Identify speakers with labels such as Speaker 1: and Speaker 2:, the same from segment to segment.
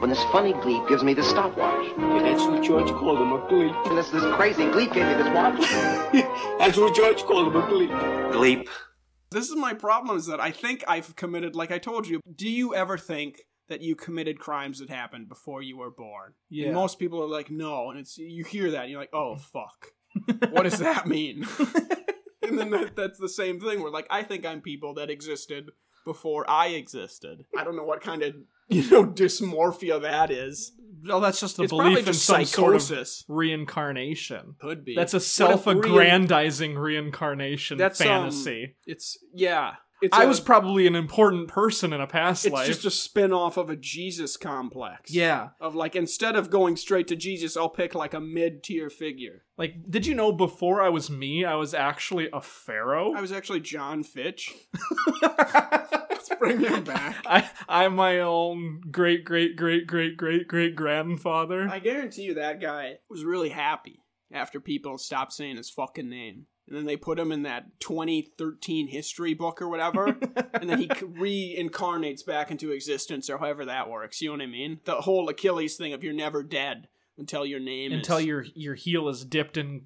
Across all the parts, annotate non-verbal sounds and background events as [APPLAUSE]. Speaker 1: when this funny gleep gives me this stopwatch.
Speaker 2: Yeah, that's what George called him, a gleep.
Speaker 1: And this, this crazy gleep gave me this watch.
Speaker 2: [LAUGHS] That's what George called him, a gleep.
Speaker 3: Gleep.
Speaker 4: This is my problem is that I think I've committed, like I told you, do you ever think that you committed crimes that happened before you were born?
Speaker 5: Yeah.
Speaker 4: And most people are like, no. And it's you hear that and you're
Speaker 5: [LAUGHS]
Speaker 4: like, oh, fuck. what does that mean? [LAUGHS] and then that, that's the same thing where, like, I think I'm people that existed before I existed. I don't know what kind of, you know, dysmorphia that is.
Speaker 5: Well, that's just the
Speaker 4: it's probably
Speaker 5: belief in
Speaker 4: just
Speaker 5: some
Speaker 4: psychosis.
Speaker 5: sort of reincarnation.
Speaker 4: Could be.
Speaker 5: That's a
Speaker 4: What if real-
Speaker 5: self-aggrandizing reincarnation
Speaker 4: That's, um,
Speaker 5: fantasy.
Speaker 4: It's, yeah. It's
Speaker 5: I
Speaker 4: a-
Speaker 5: was probably an important person in a past
Speaker 4: It's
Speaker 5: life.
Speaker 4: just a spin off of a Jesus complex.
Speaker 5: yeah.
Speaker 4: Of like, instead of going straight to Jesus, I'll pick like a mid tier figure.
Speaker 5: Like, did you know before I was me, I was actually a pharaoh?
Speaker 4: I was actually John Fitch. [LAUGHS] Let's [LAUGHS] bring him back.
Speaker 5: [LAUGHS] I, I'm my own great, great, great, great, great, great grandfather.
Speaker 4: I guarantee you that guy was really happy after people stopped saying his fucking name. And then they put him in that 2013 history book
Speaker 5: [LAUGHS]
Speaker 4: or whatever. and then he c- reincarnates back into existence or however that works. You know what I mean? The whole Achilles thing of you're never dead until your name is.
Speaker 5: until your your heel is dipped in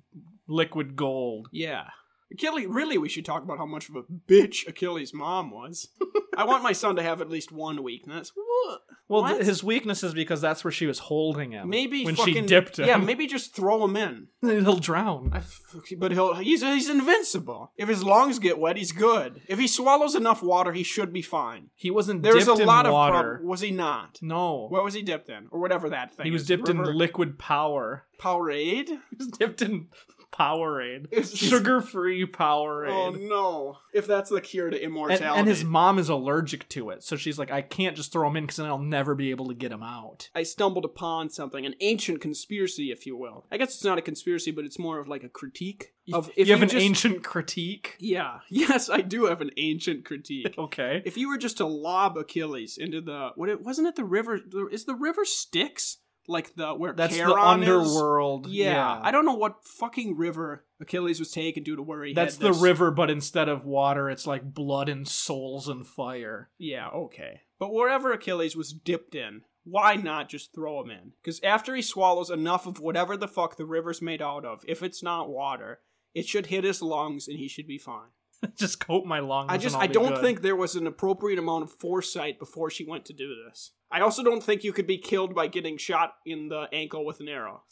Speaker 5: liquid gold.
Speaker 4: Yeah. Achilles, really, we should talk about how much of a bitch Achilles' mom was. [LAUGHS] I want my son to have at least one weakness. What?
Speaker 5: Well,
Speaker 4: What?
Speaker 5: th- his weakness is because that's where she was holding him.
Speaker 4: Maybe
Speaker 5: when
Speaker 4: fucking,
Speaker 5: she dipped him,
Speaker 4: Yeah, maybe just throw him in.
Speaker 5: [LAUGHS] he'll drown.
Speaker 4: I f- But he'll he's he's invincible. If his lungs get wet, he's good. If he swallows enough water, he should be fine.
Speaker 5: He wasn't
Speaker 4: There's a
Speaker 5: dipped
Speaker 4: lot
Speaker 5: in
Speaker 4: of
Speaker 5: water.
Speaker 4: prob- was he not?
Speaker 5: No,
Speaker 4: What was he dipped in, or whatever that thing?
Speaker 5: he was
Speaker 4: is.
Speaker 5: dipped
Speaker 4: River-
Speaker 5: in liquid power.
Speaker 4: Powerade.
Speaker 5: [LAUGHS] He was dipped in Powerade,
Speaker 4: It's just-
Speaker 5: sugar-free Powerade.
Speaker 4: Oh no! If that's the cure to
Speaker 5: and,
Speaker 4: immortality,
Speaker 5: and his mom is allergic to it, so she's like, I can't just throw him in because then I'll never be able to get him out.
Speaker 4: I stumbled upon something, an ancient conspiracy, if you will. I guess it's not a conspiracy, but it's more of like a critique of
Speaker 5: you
Speaker 4: if
Speaker 5: have an
Speaker 4: just-
Speaker 5: ancient critique.
Speaker 4: Yeah. [LAUGHS] Yes, I do have an ancient critique.
Speaker 5: Okay.
Speaker 4: if you were just to lob Achilles into the what it wasn't it the river is the river Styx like the where
Speaker 5: That's the
Speaker 4: Charon is?
Speaker 5: underworld.
Speaker 4: Yeah. I don't know what fucking river Achilles was taken due to where he
Speaker 5: That's
Speaker 4: had
Speaker 5: the
Speaker 4: this-
Speaker 5: river, but instead of water, it's like blood and souls and fire.
Speaker 4: Yeah, okay. But wherever Achilles was dipped in, why not just throw him in? Because after he swallows enough of whatever the fuck the river's made out of, if it's not water, it should hit his lungs and he should be fine.
Speaker 5: just coat my lungs.
Speaker 4: I
Speaker 5: and
Speaker 4: just
Speaker 5: I'll
Speaker 4: I
Speaker 5: be
Speaker 4: don't
Speaker 5: good. [LAUGHS]
Speaker 4: think there was an appropriate amount of foresight before she went to do this. I also don't think you could be killed by getting shot in the ankle with
Speaker 5: [LAUGHS]
Speaker 4: an arrow.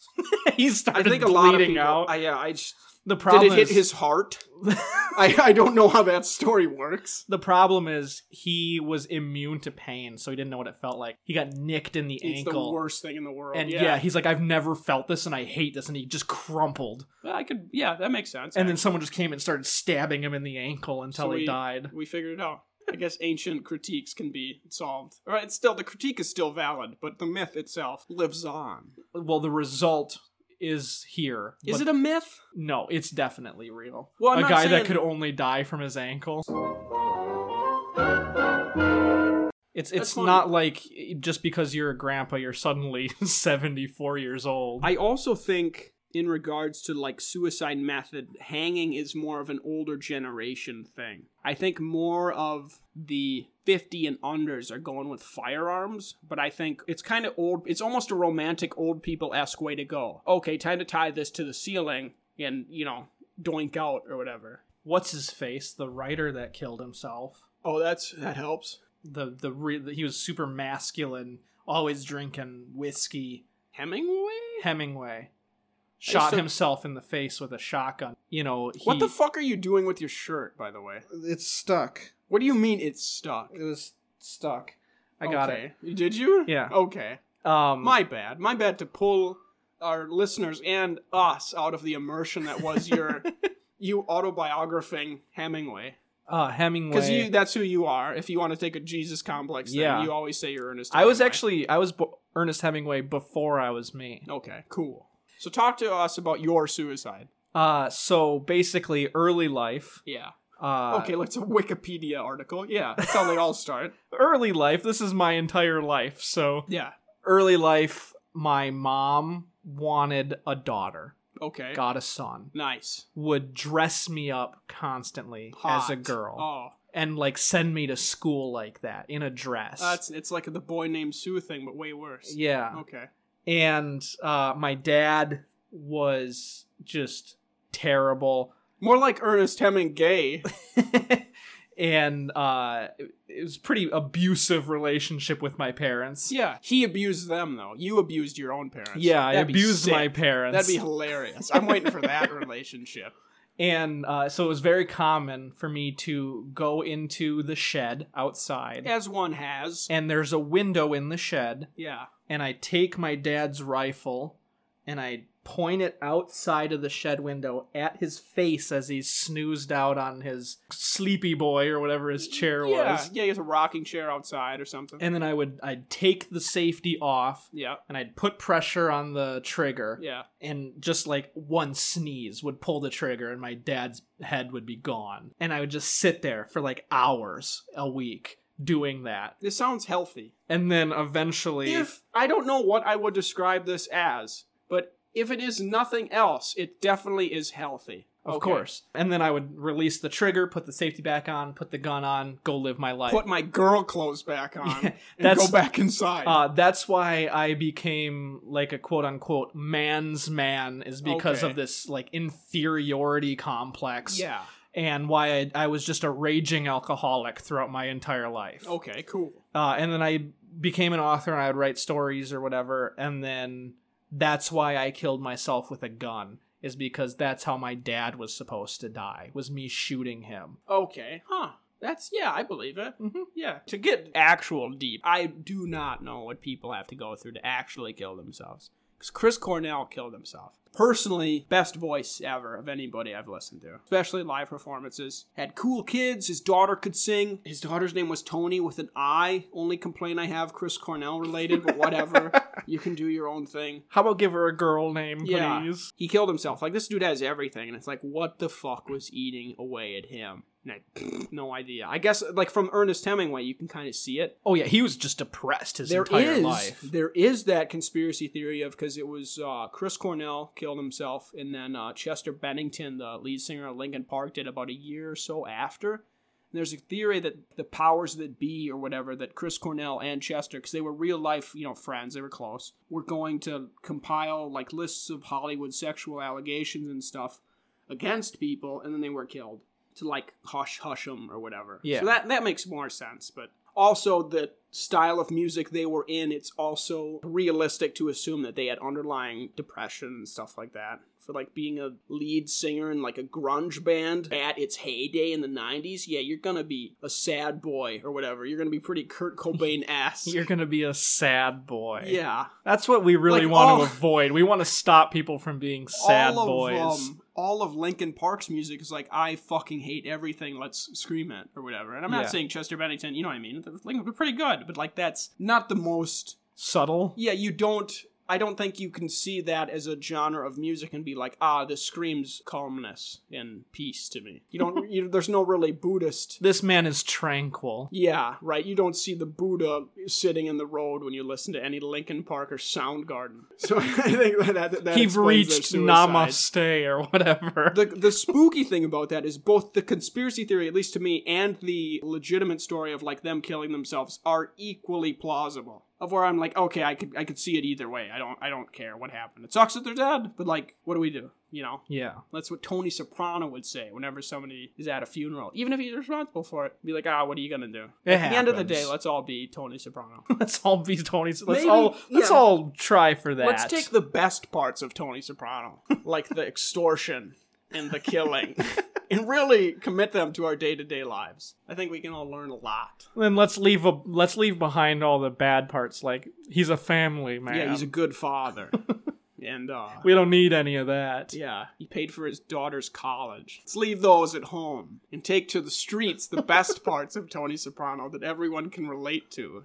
Speaker 5: he started
Speaker 4: I think a
Speaker 5: bleeding
Speaker 4: lot of people.
Speaker 5: out.
Speaker 4: I, yeah, I just
Speaker 5: the problem
Speaker 4: did it
Speaker 5: is,
Speaker 4: hit
Speaker 5: [LAUGHS]
Speaker 4: his heart. I I don't know how that story works.
Speaker 5: The problem is he was immune to pain, so he didn't know what it felt like. He got nicked in the
Speaker 4: It's
Speaker 5: ankle.
Speaker 4: the worst thing in the world.
Speaker 5: And yeah.
Speaker 4: yeah,
Speaker 5: he's like, I've never felt this, and I hate this, and he just crumpled.
Speaker 4: Well, I could. Yeah, that makes sense.
Speaker 5: And then someone just came and started stabbing him in the ankle until
Speaker 4: So
Speaker 5: he
Speaker 4: we-
Speaker 5: died.
Speaker 4: we figured it out. I guess ancient critiques can be solved. All right, it's still the critique is still valid, but the myth itself lives on.
Speaker 5: Well, the result is here.
Speaker 4: Is
Speaker 5: but
Speaker 4: it a myth?
Speaker 5: No, it's definitely real.
Speaker 4: Well, I'm
Speaker 5: a
Speaker 4: not
Speaker 5: guy
Speaker 4: saying-
Speaker 5: that could only die from his ankle. It's
Speaker 4: That's
Speaker 5: it's
Speaker 4: funny.
Speaker 5: not like just because you're a grandpa, you're suddenly [LAUGHS] 74 years old.
Speaker 4: I also think in regards to like suicide method, hanging is more of an older generation thing. I think more of the 50 and unders are going with firearms, but I think it's kind of old. It's almost a romantic old people esque way to go. Okay, time to tie this to the ceiling and, you know, doink out or whatever.
Speaker 5: What's his face? The writer that killed himself.
Speaker 4: Oh, that's that helps.
Speaker 5: The the, re, he was super masculine, always drinking whiskey.
Speaker 4: Hemingway?
Speaker 5: Hemingway
Speaker 4: I
Speaker 5: shot
Speaker 4: so-
Speaker 5: himself in the face with a shotgun. You know, he,
Speaker 4: What the fuck are you doing with your shirt, by the way?
Speaker 5: It's stuck.
Speaker 4: What do you mean it's stuck?
Speaker 5: It was stuck. I got
Speaker 4: okay. it. Did you?
Speaker 5: Yeah.
Speaker 4: Okay.
Speaker 5: it. Um,
Speaker 4: My bad. My bad to pull our listeners and us out of the immersion that was
Speaker 5: [LAUGHS]
Speaker 4: your you autobiographing Hemingway.
Speaker 5: uh, Hemingway.
Speaker 4: Because you that's who you are. If you want to take a Jesus complex thing,
Speaker 5: Yeah.
Speaker 4: you always say you're Ernest
Speaker 5: I was
Speaker 4: Hemingway.
Speaker 5: actually I was bo- Ernest Hemingway before I was me.
Speaker 4: Okay, cool. So talk to us about your suicide.
Speaker 5: Uh, so basically, early life.
Speaker 4: Yeah.
Speaker 5: Uh,
Speaker 4: Okay, let's a Wikipedia article. Yeah. That's how they
Speaker 5: [LAUGHS]
Speaker 4: all start.
Speaker 5: Early life. This is my entire life. So
Speaker 4: Yeah.
Speaker 5: early life. My mom wanted a daughter.
Speaker 4: Okay.
Speaker 5: Got a son.
Speaker 4: Nice.
Speaker 5: Would dress me up constantly as a
Speaker 4: Hot.
Speaker 5: girl.
Speaker 4: Oh.
Speaker 5: and like send me to school like that in a dress.
Speaker 4: Uh, it's, it's like the boy named Sue thing, but way worse.
Speaker 5: yeah.
Speaker 4: Okay.
Speaker 5: and uh, my dad was just terrible.
Speaker 4: More like Ernest
Speaker 5: [LAUGHS]
Speaker 4: Hemingway.
Speaker 5: and uh, it- it was pretty abusive relationship with my parents.
Speaker 4: yeah. He abused them, though. You abused your own parents.
Speaker 5: Yeah, I
Speaker 4: That'd be
Speaker 5: abused
Speaker 4: sick.
Speaker 5: my parents.
Speaker 4: That'd be hilarious. I'm waiting for
Speaker 5: [LAUGHS]
Speaker 4: that relationship.
Speaker 5: and uh, so it was very common for me to go into the shed outside,
Speaker 4: As one has.
Speaker 5: and there's a window in the shed,
Speaker 4: Yeah.
Speaker 5: and I take my dad's rifle and I point it outside of the shed window at his face as he's snoozed out on his sleepy boy or whatever his chair
Speaker 4: yeah.
Speaker 5: was.
Speaker 4: Yeah, he has a rocking chair outside or something.
Speaker 5: And then I would I'd take the safety off
Speaker 4: yeah.
Speaker 5: and I'd put pressure on the trigger
Speaker 4: Yeah.
Speaker 5: and just like one sneeze would pull the trigger and my dad's head would be gone. And I would just sit there for like hours a week doing that.
Speaker 4: This sounds healthy.
Speaker 5: And then eventually
Speaker 4: If I don't know what I would describe this as, but if it is nothing else, it definitely is healthy.
Speaker 5: Of
Speaker 4: Okay.
Speaker 5: course. And then I would release the trigger, put the safety back on, put the gun on, go live my life.
Speaker 4: Put my girl clothes back
Speaker 5: [LAUGHS]
Speaker 4: on
Speaker 5: Yeah,
Speaker 4: and
Speaker 5: that's-
Speaker 4: go back inside.
Speaker 5: uh, that's why I became like a quote unquote man's man is because
Speaker 4: Okay.
Speaker 5: of this like inferiority complex
Speaker 4: yeah.
Speaker 5: and why I, I was just a raging alcoholic throughout my entire life.
Speaker 4: Okay, cool.
Speaker 5: Uh, and then I became an author and I would write stories or whatever. And then that's why I killed myself with a gun is because that's how my dad was supposed to die was me shooting him.
Speaker 4: Okay. Huh. That's yeah, I believe it.
Speaker 5: Mhm.
Speaker 4: Yeah. To get actual deep, I do not know what people have to go through to actually kill themselves. Because Chris Cornell killed himself. Personally, best voice ever of anybody I've listened to, especially live performances. Had cool kids. His daughter could sing. His daughter's name was Tony with an I. Only complaint I have, Chris Cornell related, but whatever. you can do your own thing.
Speaker 5: How about give her a girl name,
Speaker 4: Yeah.
Speaker 5: please?
Speaker 4: He killed himself. Like this dude has everything, and it's like, what the fuck was eating away at him? And I, [CLEARS THROAT] no idea. I guess like from Ernest Hemingway, you can kind of see it.
Speaker 5: Oh yeah, he was just depressed his
Speaker 4: There
Speaker 5: entire
Speaker 4: is
Speaker 5: life.
Speaker 4: there is that conspiracy theory of because it was uh, Chris Cornell killed himself, and then uh, Chester Bennington, the lead singer of Linkin Park, did about a year or so after. And there's a theory that the powers that be or whatever that Chris Cornell and Chester, because they were real life you know friends, they were close, were going to compile like lists of Hollywood sexual allegations and stuff against people, and then they were killed to like hush hush them or whatever.
Speaker 5: Yeah.
Speaker 4: So that that makes more sense, but also the style of music they were in, it's also realistic to assume that they had underlying depression and stuff like that. For like being a lead singer in like a grunge band at its heyday in the '90s, yeah, you're gonna be a sad boy or whatever. You're gonna be pretty Kurt Cobain
Speaker 5: [LAUGHS]
Speaker 4: ass.
Speaker 5: You're gonna be a sad boy.
Speaker 4: yeah,
Speaker 5: that's what we really
Speaker 4: Like,
Speaker 5: want
Speaker 4: all-
Speaker 5: to avoid. We want to stop people from being sad
Speaker 4: all of
Speaker 5: boys.
Speaker 4: um, all of Linkin Park's music is like I fucking hate everything. Let's scream it or whatever. And I'm not
Speaker 5: Yeah.
Speaker 4: saying Chester Bennington. You know what I mean? Linkin were pretty good, but like that's not the most.
Speaker 5: Subtle.
Speaker 4: Yeah, you don't. I don't think you can see that as a genre of music and be like, ah, this screams calmness and peace to me.
Speaker 5: [LAUGHS]
Speaker 4: You don't. you, there's no really Buddhist.
Speaker 5: This man is tranquil.
Speaker 4: Yeah, right. You don't see the Buddha sitting in the road when you listen to any Linkin Park or Soundgarden. So [LAUGHS] I think that, that, that
Speaker 5: He
Speaker 4: explains their
Speaker 5: reached
Speaker 4: suicide
Speaker 5: namaste or whatever.
Speaker 4: the the spooky thing about that is both the conspiracy theory, at least to me, and the legitimate story of like them killing themselves are equally plausible. Of where I'm like, okay, I could I could see it either way. I don't I don't care what happened. It sucks that they're dead, but like, what do we do? You know,
Speaker 5: yeah.
Speaker 4: that's what Tony Soprano would say whenever somebody is at a funeral, even if he's responsible for it. Be like, ah, what are you gonna do?
Speaker 5: It
Speaker 4: at the end of the
Speaker 5: happens.
Speaker 4: day, let's all be Tony Soprano. [LAUGHS]
Speaker 5: Let's all be Tony's. Let's
Speaker 4: Maybe-
Speaker 5: all let's
Speaker 4: yeah.
Speaker 5: all try for that.
Speaker 4: Let's take the best parts of Tony Soprano, like the extortion and the killing, and really commit them to our day to day lives. I think we can all learn a lot.
Speaker 5: then let's leave a, let's leave behind all the bad parts. Like he's a family man.
Speaker 4: Yeah, he's a good father. and, uh,
Speaker 5: we don't need any of that.
Speaker 4: yeah, he paid for his daughter's college. Let's leave those at home and take to the streets the best parts of Tony Soprano that everyone can relate to.